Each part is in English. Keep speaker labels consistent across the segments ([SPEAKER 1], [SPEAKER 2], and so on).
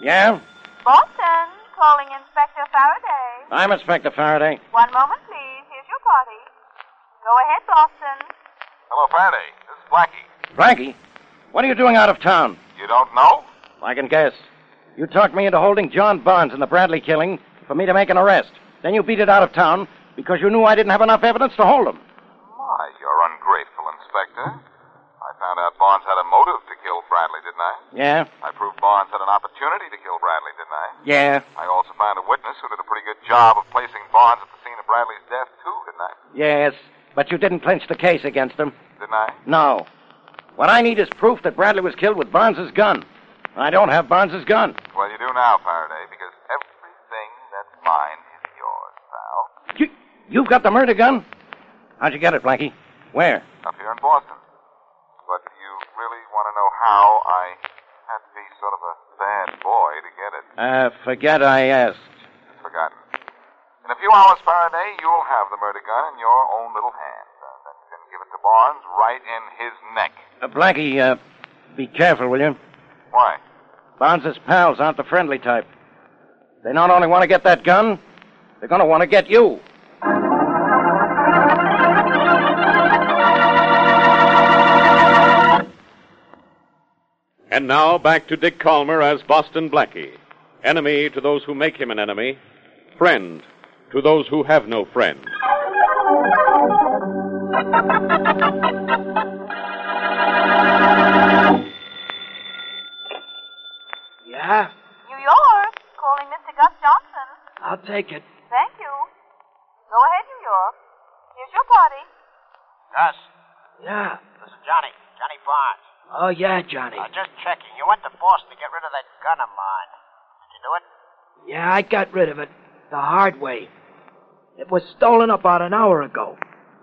[SPEAKER 1] Yeah?
[SPEAKER 2] Bolton, calling Inspector Faraday.
[SPEAKER 1] I'm Inspector Faraday.
[SPEAKER 2] One moment, please. Here's your party. Go ahead, Bolton.
[SPEAKER 3] Hello, Faraday. This is Blackie.
[SPEAKER 1] Frankie, what are you doing out of town?
[SPEAKER 3] You don't know?
[SPEAKER 1] I can guess. You talked me into holding John Barnes in the Bradley killing for me to make an arrest. Then you beat it out of town because you knew I didn't have enough evidence to hold him.
[SPEAKER 3] My, you're ungrateful, Inspector. I found out Barnes had a motive to kill Bradley, didn't I?
[SPEAKER 1] Yeah?
[SPEAKER 3] I proved Barnes had an opportunity to kill Bradley, didn't I?
[SPEAKER 1] Yeah.
[SPEAKER 3] I also found a witness who did a pretty good job of placing Barnes at the scene of Bradley's death, too, didn't I?
[SPEAKER 1] Yes. But you didn't clinch the case against him.
[SPEAKER 3] Didn't I?
[SPEAKER 1] No. What I need is proof that Bradley was killed with Barnes's gun. I don't have Barnes's gun.
[SPEAKER 3] Well, you do now, Faraday, because everything that's mine is yours, pal.
[SPEAKER 1] You, you've got the murder gun? How'd you get it, Blackie? Where?
[SPEAKER 3] Up here in Boston. But do you really want to know how I had to be sort of a bad boy to get it?
[SPEAKER 1] Uh, forget I asked.
[SPEAKER 3] forgotten. In a few hours, Faraday, you'll have the murder gun in your own little hand. Uh, then you can give it to Barnes right in his neck.
[SPEAKER 1] Uh, Blackie, uh, be careful, will you?
[SPEAKER 3] Why?
[SPEAKER 1] Barnes's pals aren't the friendly type. They not only want to get that gun, they're going to want to get you.
[SPEAKER 4] And now back to Dick Calmer as Boston Blackie. Enemy to those who make him an enemy, friend to those who have no friend.
[SPEAKER 5] Yeah,
[SPEAKER 2] New York, calling Mr. Gus Johnson.
[SPEAKER 5] I'll take it.
[SPEAKER 2] Thank you. Go ahead, New York. Here's your party.
[SPEAKER 6] Gus,
[SPEAKER 5] Yeah.
[SPEAKER 6] this is Johnny. Johnny Barnes.
[SPEAKER 5] Oh, yeah, Johnny.
[SPEAKER 6] Uh, just checking. You went to Boston to get rid of that gun of mine. Did you do it?
[SPEAKER 5] Yeah, I got rid of it the hard way. It was stolen about an hour ago.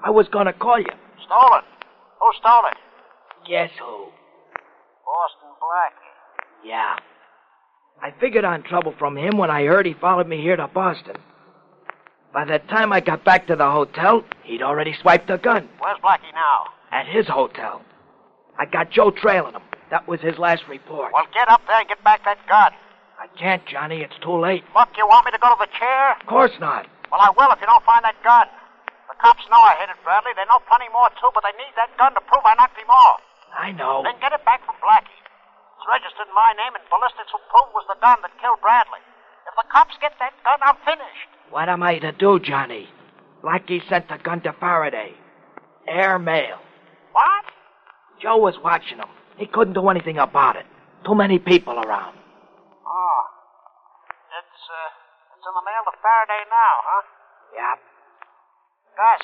[SPEAKER 5] I was gonna call you.
[SPEAKER 6] Stolen. Who stole it?
[SPEAKER 5] Guess who?
[SPEAKER 6] Boston Blackie.
[SPEAKER 5] Yeah. I figured on trouble from him when I heard he followed me here to Boston. By the time I got back to the hotel, he'd already swiped the gun
[SPEAKER 6] Where's Blackie now?
[SPEAKER 5] at his hotel. I got Joe trailing him. That was his last report.
[SPEAKER 6] Well, get up there and get back that gun.
[SPEAKER 5] I can't, Johnny. It's too late.
[SPEAKER 6] Look, you want me to go to the chair?
[SPEAKER 5] Of course not.
[SPEAKER 6] Well, I will if you don't find that gun. The cops know I hit it, Bradley. They know plenty more, too, but they need that gun to prove I knocked him off.
[SPEAKER 5] I know.
[SPEAKER 6] Then get it back from Blackie. It's registered in my name, and ballistics will prove it was the gun that killed Bradley. If the cops get that gun, I'm finished.
[SPEAKER 5] What am I to do, Oh, Johnny? Blackie sent the gun to Faraday. Airmail.
[SPEAKER 6] What?
[SPEAKER 5] Joe was watching him. He couldn't do anything about it. Too many people around.
[SPEAKER 6] Oh. It's, uh, it's in the mail to Faraday now, huh?
[SPEAKER 5] Yeah.
[SPEAKER 6] Gus.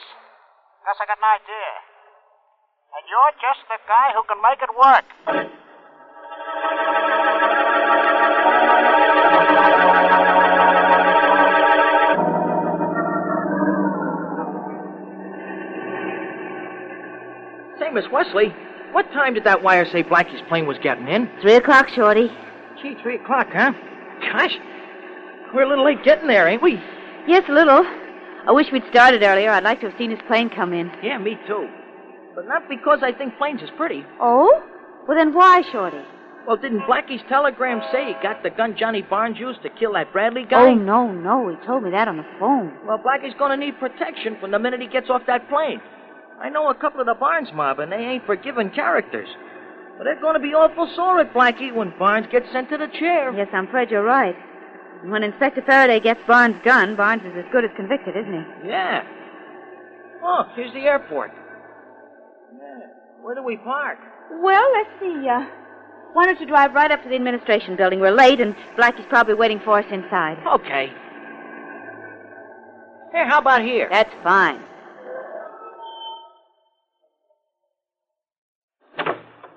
[SPEAKER 6] Gus, I got an idea. And you're just the guy who can make it work.
[SPEAKER 5] Say, Miss Wesley, what time did that wire say Blackie's plane was getting in?
[SPEAKER 7] Three o'clock, Shorty.
[SPEAKER 5] Gee, three o'clock, huh? Gosh, we're a little late getting there, ain't we?
[SPEAKER 7] Yes, a little. I wish we'd started earlier. I'd like to have seen his plane come in.
[SPEAKER 5] Yeah, me too. But not because I think planes is pretty.
[SPEAKER 7] Oh? Well, then why, Shorty?
[SPEAKER 5] Well, didn't Blackie's telegram say he got the gun Johnny Barnes used to kill that Bradley guy?
[SPEAKER 7] Oh, no, no. He told me that on the phone.
[SPEAKER 5] Well, Blackie's gonna need protection from the minute he gets off that plane. I know a couple of the Barnes mob, and they ain't forgiving characters. But they're gonna be awful sore at Blackie when Barnes gets sent to the chair.
[SPEAKER 7] Yes, I'm afraid you're right.
[SPEAKER 2] And when Inspector Faraday gets Barnes' gun, Barnes is as good as convicted, isn't he?
[SPEAKER 7] Yeah. Oh, here's the airport. Yeah. Where do we park?
[SPEAKER 2] Well, let's see. Uh, why don't you drive right up to the administration building? We're late, and Blackie's probably waiting for us inside.
[SPEAKER 7] Okay. Hey, how about here?
[SPEAKER 2] That's fine.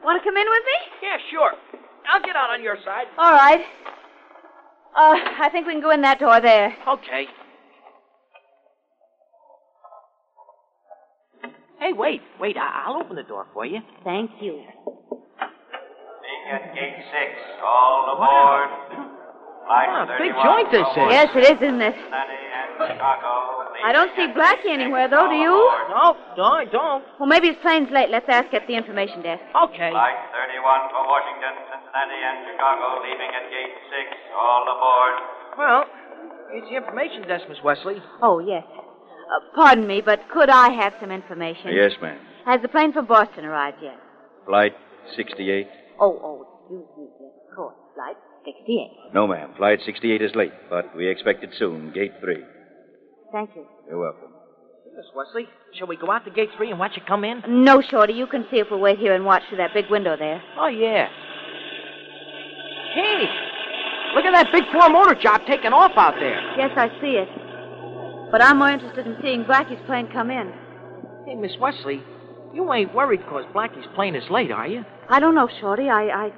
[SPEAKER 2] Want to come in with me?
[SPEAKER 7] Yeah, sure. I'll get out on your side.
[SPEAKER 2] All right. Uh, I think we can go in that door there.
[SPEAKER 7] Okay. Hey, wait, wait. I- I'll open the door for you.
[SPEAKER 2] Thank you.
[SPEAKER 8] Being at gate six, all aboard. Flight
[SPEAKER 7] Ah, big
[SPEAKER 8] 31
[SPEAKER 7] joint this is.
[SPEAKER 8] Norwood,
[SPEAKER 2] Yes, it is, isn't it?
[SPEAKER 8] Cincinnati and Chicago.
[SPEAKER 2] I don't see Blackie anywhere, though, do you?
[SPEAKER 7] No, no, I don't.
[SPEAKER 2] Well, maybe his plane's late. Let's ask at the information desk.
[SPEAKER 7] Okay.
[SPEAKER 8] Flight 31 for Washington, Cincinnati, and Chicago, leaving at gate six, all aboard.
[SPEAKER 7] Well, it's the information desk, Miss Wesley.
[SPEAKER 2] Oh, yes. Uh, pardon me, but could I have some information?
[SPEAKER 9] Yes, ma'am.
[SPEAKER 2] Has the plane from Boston arrived yet?
[SPEAKER 9] Flight 68?
[SPEAKER 2] Oh, oh, excuse me. Yes, of course. Flight 68.
[SPEAKER 9] No, ma'am. Flight 68 is late, but we expect it soon. Gate 3.
[SPEAKER 2] Thank you.
[SPEAKER 9] You're welcome.
[SPEAKER 7] Miss Wesley, shall we go out to gate three and watch it come in?
[SPEAKER 2] No, Shorty, you can see if we wait here and watch through that big window there.
[SPEAKER 7] Oh, yeah. Hey, look at that big four motor job taking off out there.
[SPEAKER 2] Yes, I see it. But I'm more interested in seeing Blackie's plane come in.
[SPEAKER 7] Hey, Miss Wesley, you ain't worried 'cause Blackie's plane is late, are you?
[SPEAKER 2] I don't know, Shorty. I, I.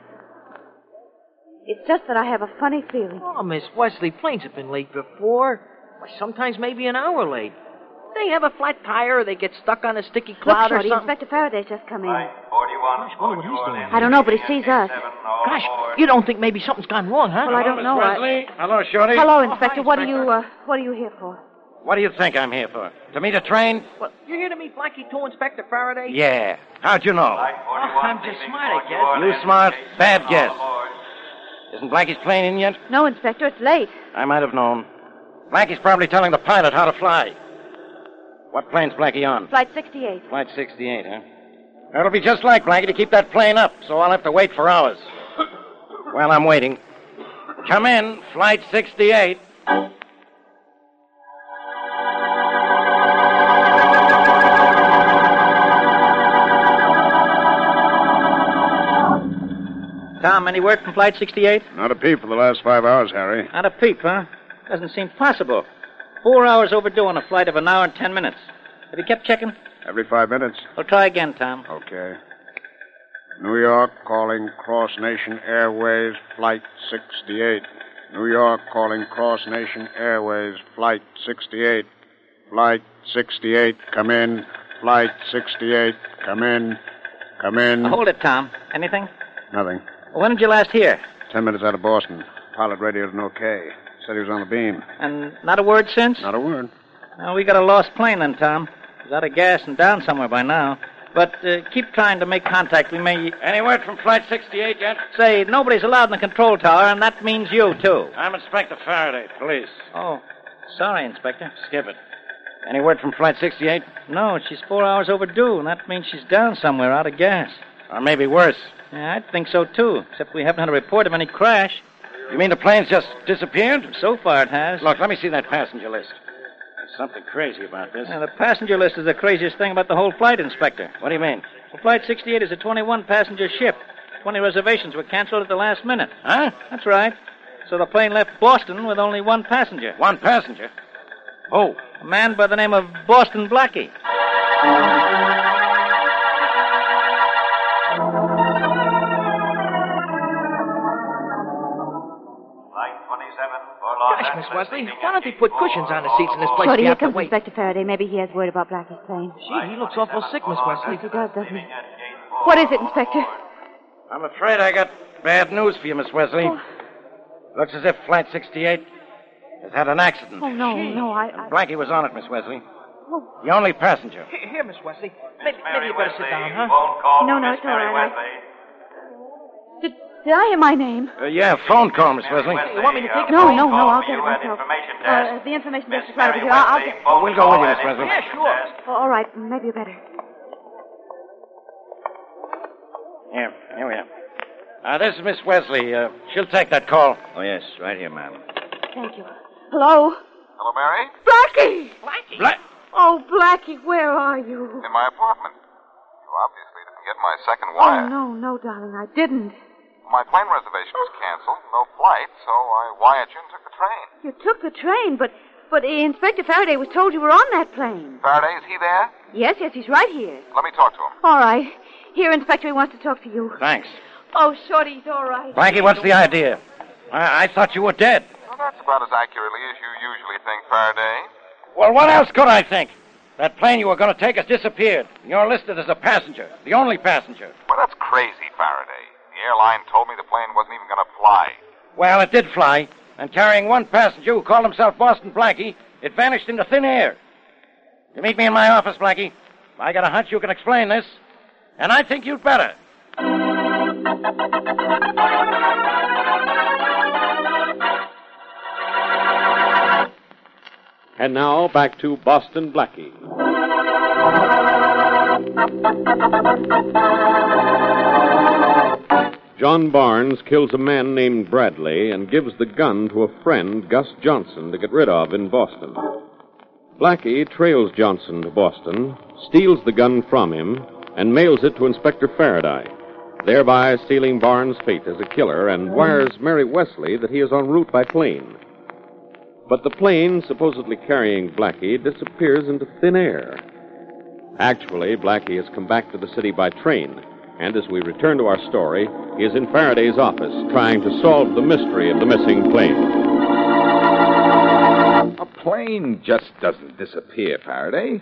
[SPEAKER 2] It's just that I have a funny feeling.
[SPEAKER 7] Oh, Miss Wesley, planes have been late before. Why, sometimes maybe an hour late. They have a flat tire or they get stuck on a sticky
[SPEAKER 2] Look,
[SPEAKER 7] cloud
[SPEAKER 2] Shorty,
[SPEAKER 7] or something.
[SPEAKER 2] Inspector Faraday's just come in.
[SPEAKER 8] 41 for
[SPEAKER 7] he's
[SPEAKER 8] New Orleans.
[SPEAKER 2] I don't know, but he sees us.
[SPEAKER 7] Gosh, you don't think maybe something's gone wrong, huh? Oh,
[SPEAKER 2] Well, I don't know. I...
[SPEAKER 1] Hello, Shorty.
[SPEAKER 2] Hello, Inspector. what are you? Uh, what are you here for?
[SPEAKER 1] What do you think I'm here for? To meet a train?
[SPEAKER 7] Well, you're here to meet Blackie too, Inspector Faraday?
[SPEAKER 1] Yeah. How'd you know?
[SPEAKER 7] Oh, I'm just smart, I guess.
[SPEAKER 1] You smart, bad guess. Isn't Blackie's plane in yet?
[SPEAKER 2] No, Inspector, it's late.
[SPEAKER 1] I might have known. Blackie's probably telling the pilot how to fly. What plane's Blackie on?
[SPEAKER 2] Flight 68.
[SPEAKER 1] Flight 68, huh? It'll be just like Blackie to keep that plane up, so I'll have to wait for hours. Well, I'm waiting. Come in, Flight 68.
[SPEAKER 10] Tom, any word from Flight 68?
[SPEAKER 11] Not a peep for the last five hours, Harry.
[SPEAKER 10] Not a peep, huh? Doesn't seem possible. Four hours overdue on a flight of an hour and ten minutes. Have you kept checking?
[SPEAKER 11] Every five minutes.
[SPEAKER 10] Well, try again, Tom.
[SPEAKER 11] Okay. New York calling Cross Nation Airways Flight 68. New York calling Cross Nation Airways Flight 68. Flight 68, come in. Flight 68, come in. Come in.
[SPEAKER 10] Now, hold it, Tom. Anything?
[SPEAKER 11] Nothing.
[SPEAKER 10] When did you last hear?
[SPEAKER 11] Ten minutes out of Boston. Pilot radioed an okay. Said he was on the beam.
[SPEAKER 10] And not a word since?
[SPEAKER 11] Not a word.
[SPEAKER 10] Well, we got a lost plane then, Tom. It's out of gas and down somewhere by now. But uh, keep trying to make contact. We may.
[SPEAKER 1] Any word from Flight 68 yet?
[SPEAKER 10] Say, nobody's allowed in the control tower, and that means you, too.
[SPEAKER 1] I'm Inspector Faraday, police.
[SPEAKER 10] Oh, sorry, Inspector.
[SPEAKER 1] Skip it. Any word from Flight 68?
[SPEAKER 10] No, she's four hours overdue, and that means she's down somewhere out of gas.
[SPEAKER 1] Or maybe worse.
[SPEAKER 10] Yeah, I'd think so, too, except we haven't had a report of any crash.
[SPEAKER 1] You mean the plane's just disappeared?
[SPEAKER 10] So far, it has.
[SPEAKER 1] Look, let me see that passenger list. There's something crazy about this.
[SPEAKER 10] Yeah, the passenger list is the craziest thing about the whole flight, Inspector.
[SPEAKER 1] What do you mean?
[SPEAKER 10] Well, Flight 68 is a 21 passenger ship. 20 reservations were canceled at the last minute.
[SPEAKER 1] Huh?
[SPEAKER 10] That's right. So the plane left Boston with only one passenger.
[SPEAKER 1] One passenger? Oh.
[SPEAKER 10] A man by the name of Boston Blackie.
[SPEAKER 8] Flight 27 for Los
[SPEAKER 7] Gosh, Miss
[SPEAKER 8] Angeles.
[SPEAKER 7] Wesley, why don't they put cushions on the seats in this place?
[SPEAKER 2] Shorty,
[SPEAKER 7] we
[SPEAKER 2] here
[SPEAKER 7] have to
[SPEAKER 2] comes
[SPEAKER 7] wait.
[SPEAKER 2] Inspector Faraday. Maybe he has word about Blackie's plane.
[SPEAKER 7] Gee, he looks awful sick, Miss Oh, Wesley.
[SPEAKER 2] He does, doesn't he? What is it, Inspector?
[SPEAKER 1] I'm afraid I got bad news for you, Miss Wesley.
[SPEAKER 2] Oh.
[SPEAKER 1] Looks as if Flight 68 has had an accident.
[SPEAKER 2] Oh, no, no, I. I...
[SPEAKER 1] Blackie was on it, Miss Wesley.
[SPEAKER 2] Oh.
[SPEAKER 1] The only passenger.
[SPEAKER 7] Here, here, Miss Wesley. Maybe, maybe you better sit down, huh?
[SPEAKER 8] Phone call
[SPEAKER 2] No,
[SPEAKER 8] from
[SPEAKER 2] no,
[SPEAKER 8] Miss
[SPEAKER 2] it's all
[SPEAKER 8] Mary
[SPEAKER 2] right.
[SPEAKER 8] Wesley.
[SPEAKER 2] Did, did I hear my name?
[SPEAKER 1] Uh, yeah, phone call, Miss Wesley.
[SPEAKER 7] You want me
[SPEAKER 8] uh,
[SPEAKER 7] to take it?
[SPEAKER 2] No, no, no, I'll get
[SPEAKER 8] you
[SPEAKER 2] it
[SPEAKER 8] at
[SPEAKER 2] myself.
[SPEAKER 8] information
[SPEAKER 2] Uh,
[SPEAKER 8] desk.
[SPEAKER 2] the information
[SPEAKER 8] Miss
[SPEAKER 2] desk is right over
[SPEAKER 8] Mary
[SPEAKER 2] here. I'll, I'll
[SPEAKER 8] Wesley,
[SPEAKER 2] get.
[SPEAKER 8] phone
[SPEAKER 1] We'll go with
[SPEAKER 8] call
[SPEAKER 1] you,
[SPEAKER 8] at
[SPEAKER 1] Miss Wesley.
[SPEAKER 8] information
[SPEAKER 7] Yeah, sure.
[SPEAKER 8] desk.
[SPEAKER 2] Oh, all right, maybe you better.
[SPEAKER 1] Here, here we are. Uh, this is Miss Wesley. Uh, she'll take that call.
[SPEAKER 9] Oh, yes, right here, ma'am.
[SPEAKER 2] Thank you. Hello?
[SPEAKER 12] Hello, Mary?
[SPEAKER 2] Blackie!
[SPEAKER 6] Blackie?
[SPEAKER 12] Black-
[SPEAKER 2] Oh, Blackie, where are you?
[SPEAKER 12] In my apartment. You obviously didn't get my second
[SPEAKER 2] Oh,
[SPEAKER 12] wire.
[SPEAKER 2] no, no, darling, I didn't.
[SPEAKER 12] My plane reservation was canceled, no flight, so I wired you and took the train.
[SPEAKER 2] You took the train, but but Inspector Faraday was told you were on that plane.
[SPEAKER 12] Faraday, is he there?
[SPEAKER 2] Yes, yes, he's right here.
[SPEAKER 12] Let me talk to him.
[SPEAKER 2] All right. Here, Inspector, he wants to talk to you.
[SPEAKER 1] Thanks.
[SPEAKER 2] Oh, Shorty, he's all right.
[SPEAKER 1] Blackie, what's the idea? I, I thought you were dead.
[SPEAKER 12] Well, that's about as accurately as you usually think, Faraday.
[SPEAKER 1] Well, what else could I think? That plane you were going to take has disappeared. You're listed as a passenger, the only passenger.
[SPEAKER 12] Well, that's crazy, Faraday. The airline told me the plane wasn't even going to fly.
[SPEAKER 1] Well, it did fly, and carrying one passenger who called himself Boston Blackie, it vanished into thin air. You meet me in my office, Blackie. I got a hunch you can explain this, and I think you'd better.
[SPEAKER 4] And now back to Boston Blackie. John Barnes kills a man named Bradley and gives the gun to a friend, Gus Johnson, to get rid of in Boston. Blackie trails Johnson to Boston, steals the gun from him, and mails it to Inspector Faraday, thereby sealing Barnes' fate as a killer and wires Mary Wesley that he is en route by plane. But the plane, supposedly carrying Blackie, disappears into thin air. Actually, Blackie has come back to the city by train, and as we return to our story, he is in Faraday's office trying to solve the mystery of the missing plane.
[SPEAKER 3] A plane just doesn't disappear, Faraday.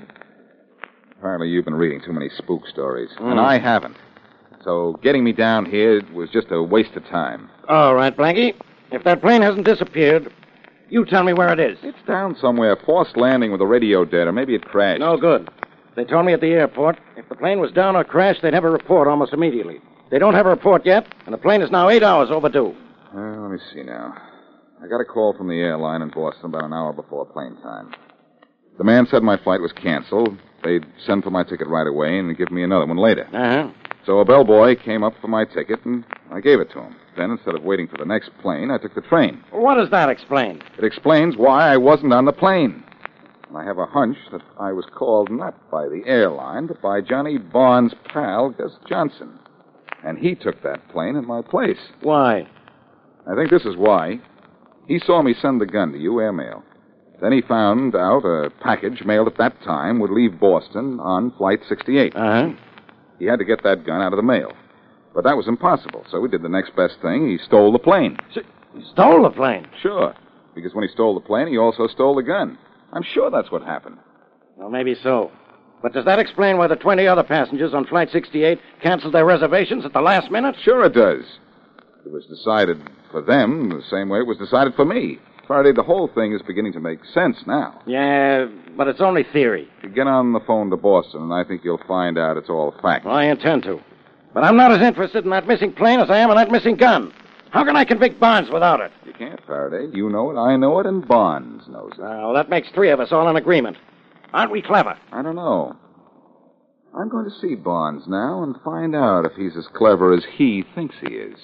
[SPEAKER 3] Apparently, you've been reading too many spook stories, and I haven't. So, getting me down here was just a waste of time.
[SPEAKER 1] All right, Blackie. If that plane hasn't disappeared, you tell me where it is.
[SPEAKER 3] It's down somewhere, forced landing with a radio dead, or maybe it crashed.
[SPEAKER 1] No good. They told me at the airport if the plane was down or crashed, they'd have a report almost immediately. They don't have a report yet, and the plane is now eight hours overdue.
[SPEAKER 3] Uh, let me see now. I got a call from the airline in Boston about an hour before plane time. The man said my flight was canceled. They'd send for my ticket right away and give me another one later.
[SPEAKER 1] Uh-huh.
[SPEAKER 3] So a bellboy came up for my ticket, and I gave it to him. Then, instead of waiting for the next plane, I took the train.
[SPEAKER 1] What does that explain?
[SPEAKER 3] It explains why I wasn't on the plane. And I have a hunch that I was called not by the airline, but by Johnny Barnes' pal, Gus Johnson. And he took that plane in my place.
[SPEAKER 1] Why?
[SPEAKER 3] I think this is why. He saw me send the gun to you airmail. Then he found out a package mailed at that time would leave Boston on Flight 68.
[SPEAKER 1] Uh huh.
[SPEAKER 3] He had to get that gun out of the mail. But that was impossible, so he did the next best thing. He stole the plane.
[SPEAKER 1] Stole the plane?
[SPEAKER 3] Sure. Because when he stole the plane, he also stole the gun. I'm sure that's what happened.
[SPEAKER 1] Well, maybe so. But does that explain why the 20 other passengers on Flight 68 canceled their reservations at the last minute?
[SPEAKER 3] Sure it does. It was decided for them the same way it was decided for me. Faraday, the whole thing is beginning to make sense now.
[SPEAKER 1] Yeah, but it's only theory.
[SPEAKER 3] You get on the phone to Boston, and I think you'll find out it's all fact.
[SPEAKER 1] I intend to. But I'm not as interested in that missing plane as I am in that missing gun. How can I convict Barnes without it?
[SPEAKER 3] You can't, Faraday. You know it, I know it, and Barnes knows it.
[SPEAKER 1] Now, that makes three of us all in agreement. Aren't we clever?
[SPEAKER 3] I don't know. I'm going to see Barnes now and find out if he's as clever as he thinks he is.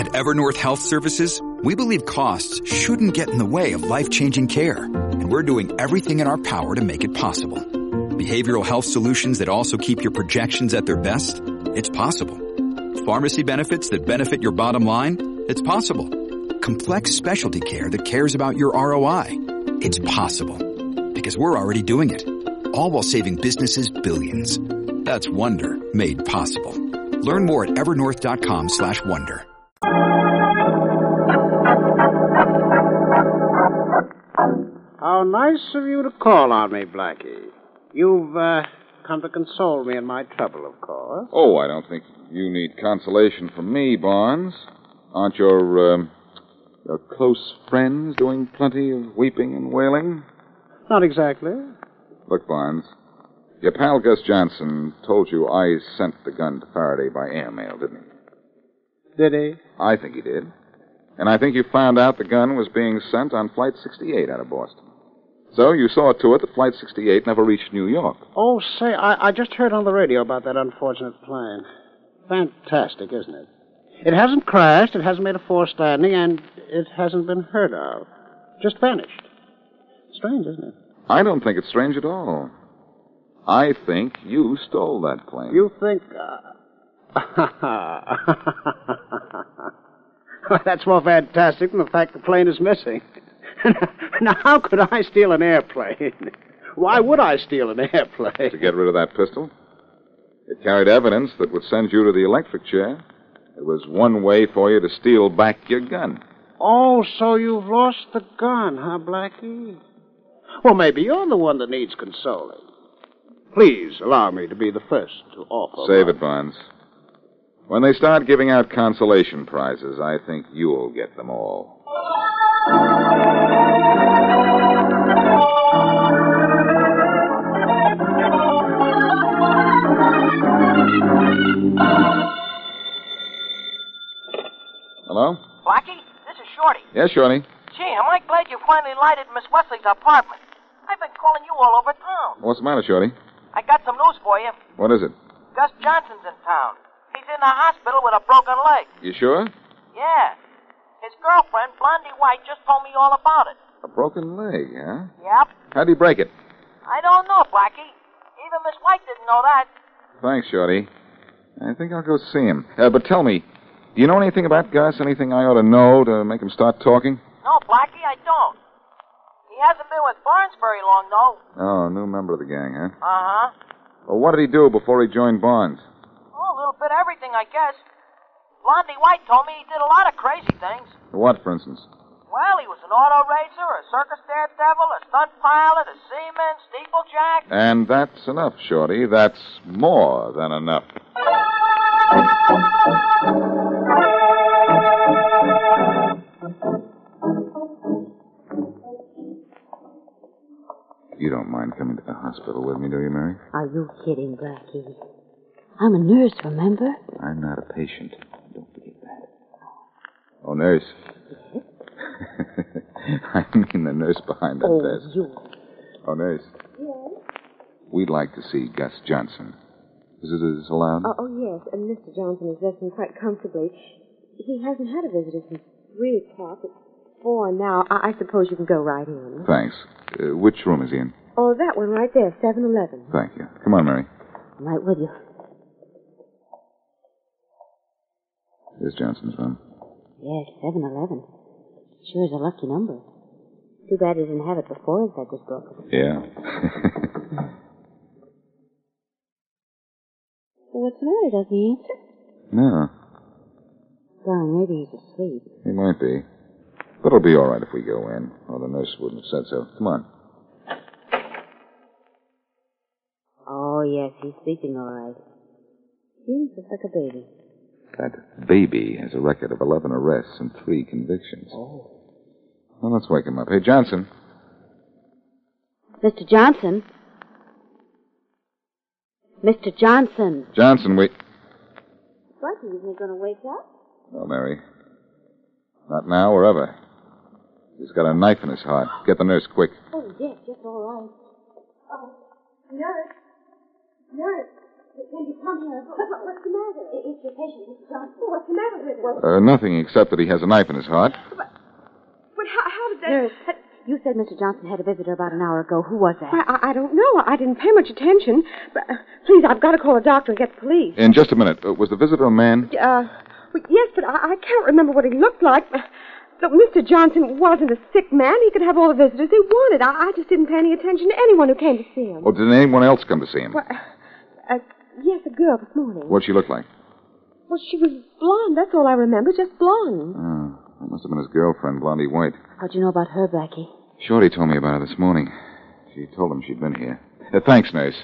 [SPEAKER 13] At Evernorth Health Services, we believe costs shouldn't get in the way of life-changing care, and we're doing everything in our power to make it possible. Behavioral health solutions that also keep your projections at their best? It's possible. Pharmacy benefits that benefit your bottom line? It's possible. Complex specialty care that cares about your ROI? It's possible. Because we're already doing it. All while saving businesses billions. That's Wonder made possible. Learn more at evernorth.com slash wonder.
[SPEAKER 14] How nice of you to call on me, Blackie. You've uh, come to console me in my trouble, of course.
[SPEAKER 3] Oh, I don't think you need consolation from me, Barnes. Aren't your, um, your close friends doing plenty of weeping and wailing?
[SPEAKER 14] Not exactly.
[SPEAKER 3] Look, Barnes, your pal Gus Johnson told you I sent the gun to Faraday by airmail, didn't he?
[SPEAKER 14] Did he?
[SPEAKER 3] I think he did. And I think you found out the gun was being sent on Flight 68 out of Boston. So you saw to it that Flight 68 never reached New York.
[SPEAKER 14] Oh, say, I, I just heard on the radio about that unfortunate plane. Fantastic, isn't it?
[SPEAKER 15] It hasn't crashed, it hasn't made a forced landing, and it hasn't been heard of. Just vanished. Strange, isn't it?
[SPEAKER 3] I don't think it's strange at all. I think you stole that plane.
[SPEAKER 15] You think. Uh... That's more fantastic than the fact the plane is missing. now, how could I steal an airplane? Why would I steal an airplane?
[SPEAKER 3] To get rid of that pistol? It carried evidence that would send you to the electric chair. It was one way for you to steal back your gun.
[SPEAKER 15] Oh, so you've lost the gun, huh, Blackie? Well, maybe you're the one that needs consoling. Please allow me to be the first to offer.
[SPEAKER 3] Save it, Barnes. When they start giving out consolation prizes, I think you'll get them all. Hello?
[SPEAKER 7] Blackie, this is Shorty.
[SPEAKER 3] Yes, Shorty.
[SPEAKER 7] Gee, am I glad you finally lighted Miss Wesley's apartment. I've been calling you all over town.
[SPEAKER 3] What's the matter, Shorty?
[SPEAKER 7] I got some news for you.
[SPEAKER 3] What is it?
[SPEAKER 7] Gus Johnson's in town. He's in the hospital with a broken leg.
[SPEAKER 3] You sure?
[SPEAKER 7] Yeah. His girlfriend, Blondie White, just told me all about it.
[SPEAKER 3] A broken leg, huh?
[SPEAKER 7] Yep.
[SPEAKER 3] How'd he break it?
[SPEAKER 7] I don't know, Blackie. Even Miss White didn't know that.
[SPEAKER 3] Thanks, Shorty. I think I'll go see him. Uh, but tell me, do you know anything about Gus? Anything I ought to know to make him start talking?
[SPEAKER 7] No, Blackie, I don't. He hasn't been with Barnes very long, though.
[SPEAKER 3] Oh, new member of the gang, huh?
[SPEAKER 7] Uh huh.
[SPEAKER 3] Well, what did he do before he joined Barnes?
[SPEAKER 7] Oh, a little bit of everything, I guess. Blondie White told me he did a lot of crazy things.
[SPEAKER 3] What, for instance?
[SPEAKER 7] Well, he was an auto racer, a circus daredevil, a stunt pilot, a seaman, steeplejack.
[SPEAKER 3] And that's enough, Shorty. That's more than enough. You don't mind coming to the hospital with me, do you, Mary?
[SPEAKER 16] Are you kidding, Blackie? I'm a nurse, remember?
[SPEAKER 3] I'm not a patient. Don't forget that. Oh, nurse.
[SPEAKER 16] Yes?
[SPEAKER 3] I mean the nurse behind that
[SPEAKER 16] oh,
[SPEAKER 3] desk.
[SPEAKER 16] You.
[SPEAKER 3] Oh, nurse.
[SPEAKER 16] Yes?
[SPEAKER 3] We'd like to see Gus Johnson. Is it is this allowed?
[SPEAKER 16] Oh, oh, yes. And Mr. Johnson is resting quite comfortably. He hasn't had a visitor since 3 o'clock. It's 4 now. I, I suppose you can go right in.
[SPEAKER 3] Thanks. Uh, which room is he in?
[SPEAKER 16] Oh, that one right there, 7-Eleven.
[SPEAKER 3] Thank you. Come on, Mary.
[SPEAKER 16] I'm right with you.
[SPEAKER 3] Here's Johnson's room.
[SPEAKER 16] Yes, 7-Eleven. Sure is a lucky number. Too bad he didn't have it before his leg was broken.
[SPEAKER 3] Yeah.
[SPEAKER 16] What's the matter? Doesn't he answer?
[SPEAKER 3] no,
[SPEAKER 16] Darn, maybe he's asleep.
[SPEAKER 3] he might be. But it'll be all right if we go in, or the nurse wouldn't have said so. Come on.
[SPEAKER 16] Oh, yes, he's sleeping all right. Seems just like a baby.
[SPEAKER 3] That baby has a record of 11 arrests and three convictions.
[SPEAKER 16] Oh.
[SPEAKER 3] Well, let's wake him up. Hey, Johnson.
[SPEAKER 16] Mr. Johnson? Mr. Johnson!
[SPEAKER 3] Johnson, we.
[SPEAKER 16] Blackie, isn't he going to wake up?
[SPEAKER 3] Oh, Mary. Not now or ever. He's got a knife in his heart. Get the nurse quick.
[SPEAKER 16] Oh, yes, yes, all right. Oh, nurse. Nurse. Will you come here? What's the matter? It's your patient, Mr. Johnson. What's the matter with him?
[SPEAKER 3] Uh, nothing except that he has a knife in his heart.
[SPEAKER 17] But how, how did that...
[SPEAKER 16] Nurse, you said Mr. Johnson had a visitor about an hour ago. Who was that?
[SPEAKER 17] Why, I, I don't know. I didn't pay much attention. But uh, please, I've got to call a doctor and get the police.
[SPEAKER 3] In just a minute. Uh, was the visitor a man?
[SPEAKER 17] Uh, well, yes, but I, I can't remember what he looked like. Look, Mr. Johnson wasn't a sick man. He could have all the visitors he wanted. I, I just didn't pay any attention to anyone who came to see him.
[SPEAKER 3] Or did anyone else come to see him?
[SPEAKER 17] Well, uh, yes, a girl this morning.
[SPEAKER 3] What'd she look like?
[SPEAKER 17] Well, she was blonde. That's all I remember. Just blonde.
[SPEAKER 3] Oh, that must have been his girlfriend, Blondie White.
[SPEAKER 16] How'd you know about her, Blackie?
[SPEAKER 3] Shorty told me about her this morning. She told him she'd been here. Uh, thanks, nurse.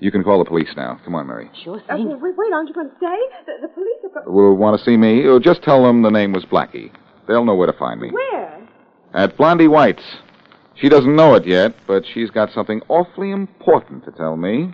[SPEAKER 3] You can call the police now. Come on, Mary.
[SPEAKER 16] Sure
[SPEAKER 17] Uh,
[SPEAKER 16] thing.
[SPEAKER 17] wait, wait, wait, aren't you going to stay? The, the police are...
[SPEAKER 16] Oh,
[SPEAKER 17] go-
[SPEAKER 3] Will want to see me? Oh, just tell them the name was Blackie. They'll know where to find me.
[SPEAKER 17] Where?
[SPEAKER 3] At Blondie White's. She doesn't know it yet, but she's got something awfully important to tell me.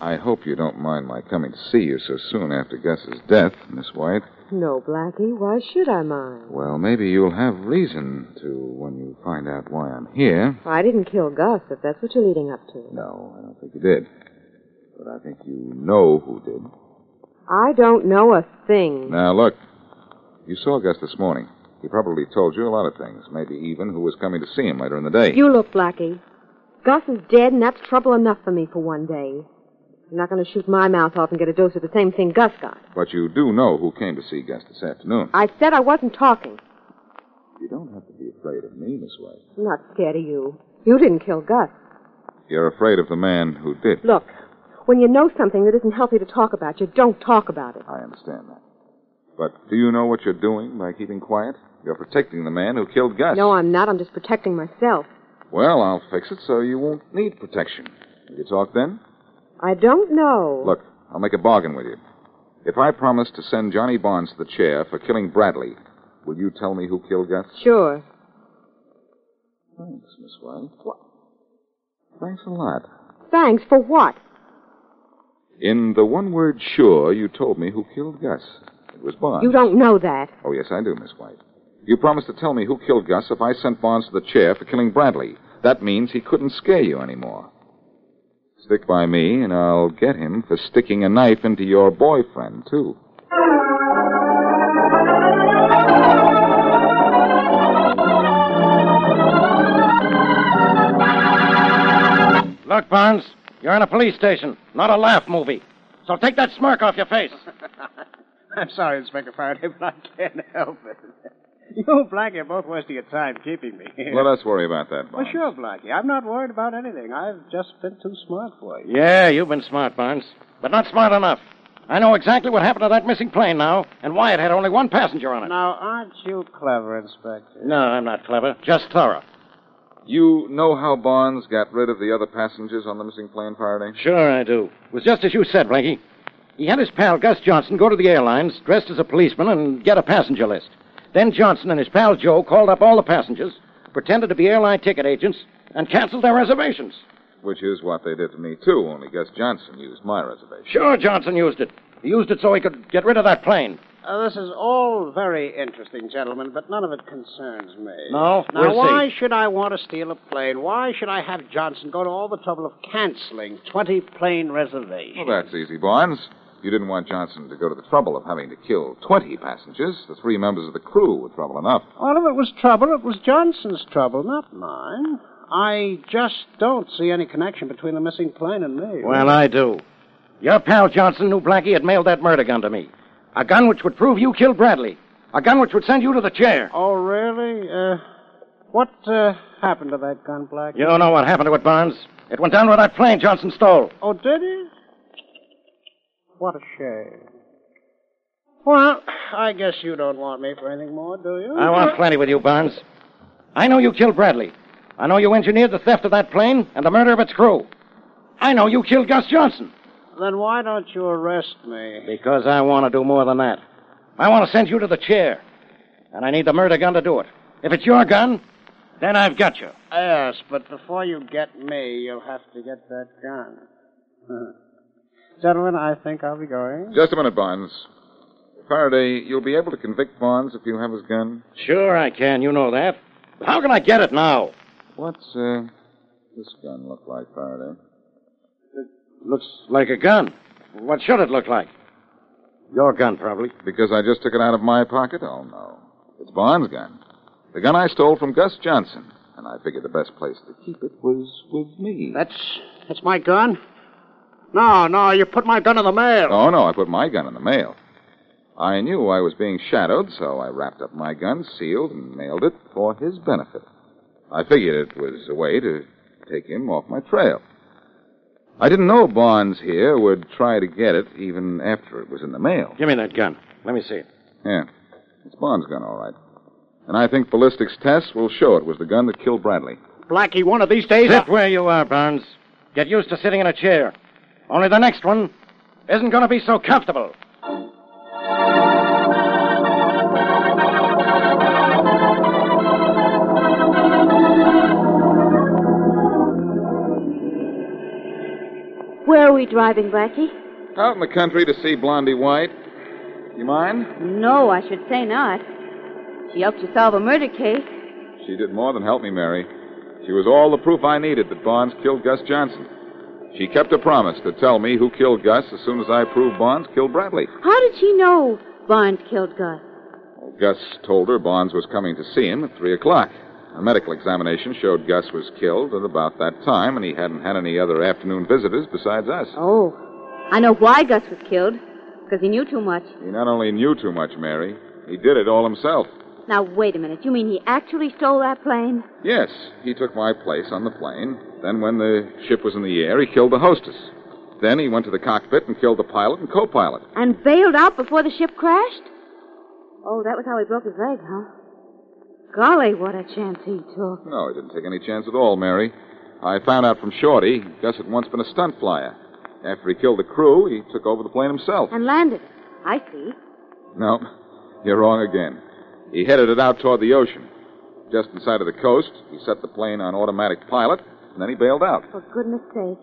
[SPEAKER 3] I hope hope you don't mind my coming to see you so soon after Gus's death, Miss White.
[SPEAKER 17] No, Blackie. Why should I mind?
[SPEAKER 3] Well, maybe you'll have reason to when you find out why I'm here.
[SPEAKER 17] I didn't kill Gus, if that's what you're leading up to.
[SPEAKER 3] No, I don't think you did. But I think you know who did.
[SPEAKER 17] I don't know a thing.
[SPEAKER 3] Now, look. You saw Gus this morning. He probably told you a lot of things, maybe even who was coming to see him later in the day.
[SPEAKER 17] You look, Blackie. Gus is dead, and that's trouble enough for me for one day. I'm not going to shoot my mouth off and get a dose of the same thing Gus got.
[SPEAKER 3] But you do know who came to see Gus this afternoon.
[SPEAKER 17] I said I wasn't talking.
[SPEAKER 3] You don't have to be afraid of me, Miss White.
[SPEAKER 17] I'm not scared of you. You didn't kill Gus.
[SPEAKER 3] You're afraid of the man who did.
[SPEAKER 17] Look, when you know something that isn't healthy to talk about, you don't talk about it.
[SPEAKER 3] I understand that. But do you know what you're doing by keeping quiet? You're protecting the man who killed Gus.
[SPEAKER 17] No, I'm not. I'm just protecting myself.
[SPEAKER 3] Well, I'll fix it so you won't need protection. Will you talk then?
[SPEAKER 17] I don't know.
[SPEAKER 3] Look, I'll make a bargain with you. If I promise to send Johnny Barnes to the chair for killing Bradley, will you tell me who killed Gus?
[SPEAKER 17] Sure.
[SPEAKER 3] Thanks, Miss White. What? Thanks a lot.
[SPEAKER 17] Thanks for what?
[SPEAKER 3] In the one word sure, you told me who killed Gus. It was Barnes.
[SPEAKER 17] You don't know that.
[SPEAKER 3] Oh, yes, I do, Miss White. You promised to tell me who killed Gus if I sent Barnes to the chair for killing Bradley. That means he couldn't scare you anymore. Stick by me, and I'll get him for sticking a knife into your boyfriend, too.
[SPEAKER 1] Look, Barnes, you're in a police station, not a laugh movie. So take that smirk off your face.
[SPEAKER 15] I'm sorry, Inspector Faraday, but I can't help it. You and Blackie are both wasting your time keeping me here.
[SPEAKER 3] Let us worry about that,
[SPEAKER 15] Well, sure, Blackie. I'm not worried about anything. I've just been too smart for you.
[SPEAKER 1] Yeah, you've been smart, Barnes, but not smart enough. I know exactly what happened to that missing plane now, and why it had only one passenger on it.
[SPEAKER 15] Now, aren't you clever, Inspector?
[SPEAKER 1] No, I'm not clever. Just thorough.
[SPEAKER 3] You know how Barnes got rid of the other passengers on the missing plane, Faraday?
[SPEAKER 1] Sure, I do. It was just as you said, Blanky. He had his pal, Gus Johnson, go to the airlines, dressed as a policeman, and get a passenger list. Then Johnson and his pal Joe called up all the passengers, pretended to be airline ticket agents, and canceled their reservations.
[SPEAKER 3] Which is what they did to me, too, only Gus Johnson used my reservation.
[SPEAKER 1] Sure, Johnson used it. He used it so he could get rid of that plane.
[SPEAKER 15] Uh, this is all very interesting, gentlemen, but none of it concerns me.
[SPEAKER 1] No?
[SPEAKER 15] Now,
[SPEAKER 1] We'll
[SPEAKER 15] why
[SPEAKER 1] see.
[SPEAKER 15] should I want to steal a plane? Why should I have Johnson go to all the trouble of canceling 20 plane reservations?
[SPEAKER 3] Well, that's easy, Barnes. You didn't want Johnson to go to the trouble of having to kill 20 passengers. The three members of the crew were trouble enough.
[SPEAKER 15] All of it was trouble. It was Johnson's trouble, not mine. I just don't see any connection between the missing plane and me.
[SPEAKER 1] Well, I do. Your pal Johnson knew Blackie had mailed that murder gun to me. A gun which would prove you killed Bradley. A gun which would send you to the chair.
[SPEAKER 15] Oh, really? Uh, what uh, happened to that gun, Black?
[SPEAKER 1] You don't know what happened to it, Barnes. It went down with that plane Johnson stole.
[SPEAKER 15] Oh, did he? What a shame. Well, I guess you don't want me for anything more, do you?
[SPEAKER 1] I want plenty with you, Barnes. I know you killed Bradley. I know you engineered the theft of that plane and the murder of its crew. I know you killed Gus Johnson.
[SPEAKER 15] Then why don't you arrest me?
[SPEAKER 1] Because I want to do more than that. I want to send you to the chair. And I need the murder gun to do it. If it's your gun, then I've got you.
[SPEAKER 15] Yes, but before you get me, you'll have to get that gun.
[SPEAKER 1] Uh.
[SPEAKER 15] Huh. Gentlemen, I think I'll be going.
[SPEAKER 3] Just a minute, Barnes. Faraday, you'll be able to convict Barnes if you have his gun?
[SPEAKER 1] Sure, I can. You know that. But how can I get it now?
[SPEAKER 3] What's uh, this gun look like, Faraday?
[SPEAKER 1] Looks like a gun. What should it look like? Your gun, probably.
[SPEAKER 3] Because I just took it out of my pocket? Oh, no. It's Barnes' gun. The gun I stole from Gus Johnson. And I figured the best place to keep it was with me.
[SPEAKER 15] That's that's my gun? No, no, you put my gun in the mail.
[SPEAKER 3] Oh, no, I put my gun in the mail. I knew I was being shadowed, so I wrapped up my gun, sealed, and mailed it for his benefit. I figured it was a way to take him off my trail. I didn't know Barnes here would try to get it even after it was in the mail.
[SPEAKER 1] Give me that gun. Let me see it.
[SPEAKER 3] Yeah, it's Barnes' gun, all right. And I think ballistics tests will show it was the gun that killed Bradley.
[SPEAKER 15] Blackie, one of these days.
[SPEAKER 1] Sit where you are, Barnes. Get used to sitting in a chair. Only the next one isn't going to be so comfortable.
[SPEAKER 17] Where
[SPEAKER 2] are we driving, Blackie?
[SPEAKER 3] Out in the country to see Blondie White. You mind?
[SPEAKER 2] No, I should say not. She helped you solve a murder case.
[SPEAKER 3] She did more than help me, Mary. She was all the proof I needed that Bonds killed Gus Johnson. She kept her promise to tell me who killed Gus as soon as I proved Bonds killed Bradley.
[SPEAKER 2] How did she know Bond killed Gus?
[SPEAKER 3] Gus told her Bonds was coming to see him at 3 o'clock. A medical examination showed Gus was killed at about that time, and he hadn't had any other afternoon visitors besides us.
[SPEAKER 2] Oh. I know why Gus was killed. Because he knew too much.
[SPEAKER 3] He not only knew too much, Mary, he did it all himself.
[SPEAKER 2] Now, wait a minute. You mean he actually stole that plane?
[SPEAKER 3] Yes, he took my place on the plane. Then, when the ship was in the air, he killed the hostess. Then he went to the cockpit and killed the pilot and co pilot.
[SPEAKER 2] And bailed out before the ship crashed? Oh, that was how he broke his leg, huh? Golly, what a chance he took.
[SPEAKER 3] No, he didn't take any chance at all, Mary. I found out from Shorty, Gus had once been a stunt flyer. After he killed the crew, he took over the plane himself.
[SPEAKER 2] And landed it. I see.
[SPEAKER 3] No, you're wrong again. He headed it out toward the ocean. Just inside of the coast, he set the plane on automatic pilot, and then he bailed out.
[SPEAKER 2] For goodness sake.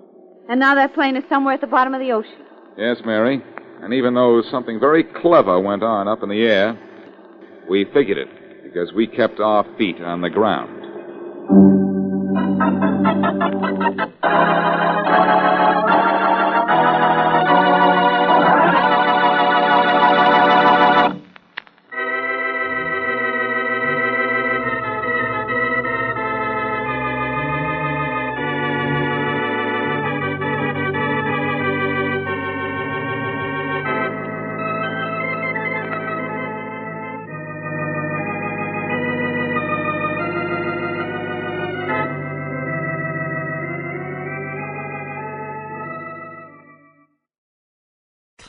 [SPEAKER 2] And now that plane is somewhere at the bottom of the ocean.
[SPEAKER 3] Yes, Mary. And even though something very clever went on up in the air, we figured it because we kept our feet on the ground.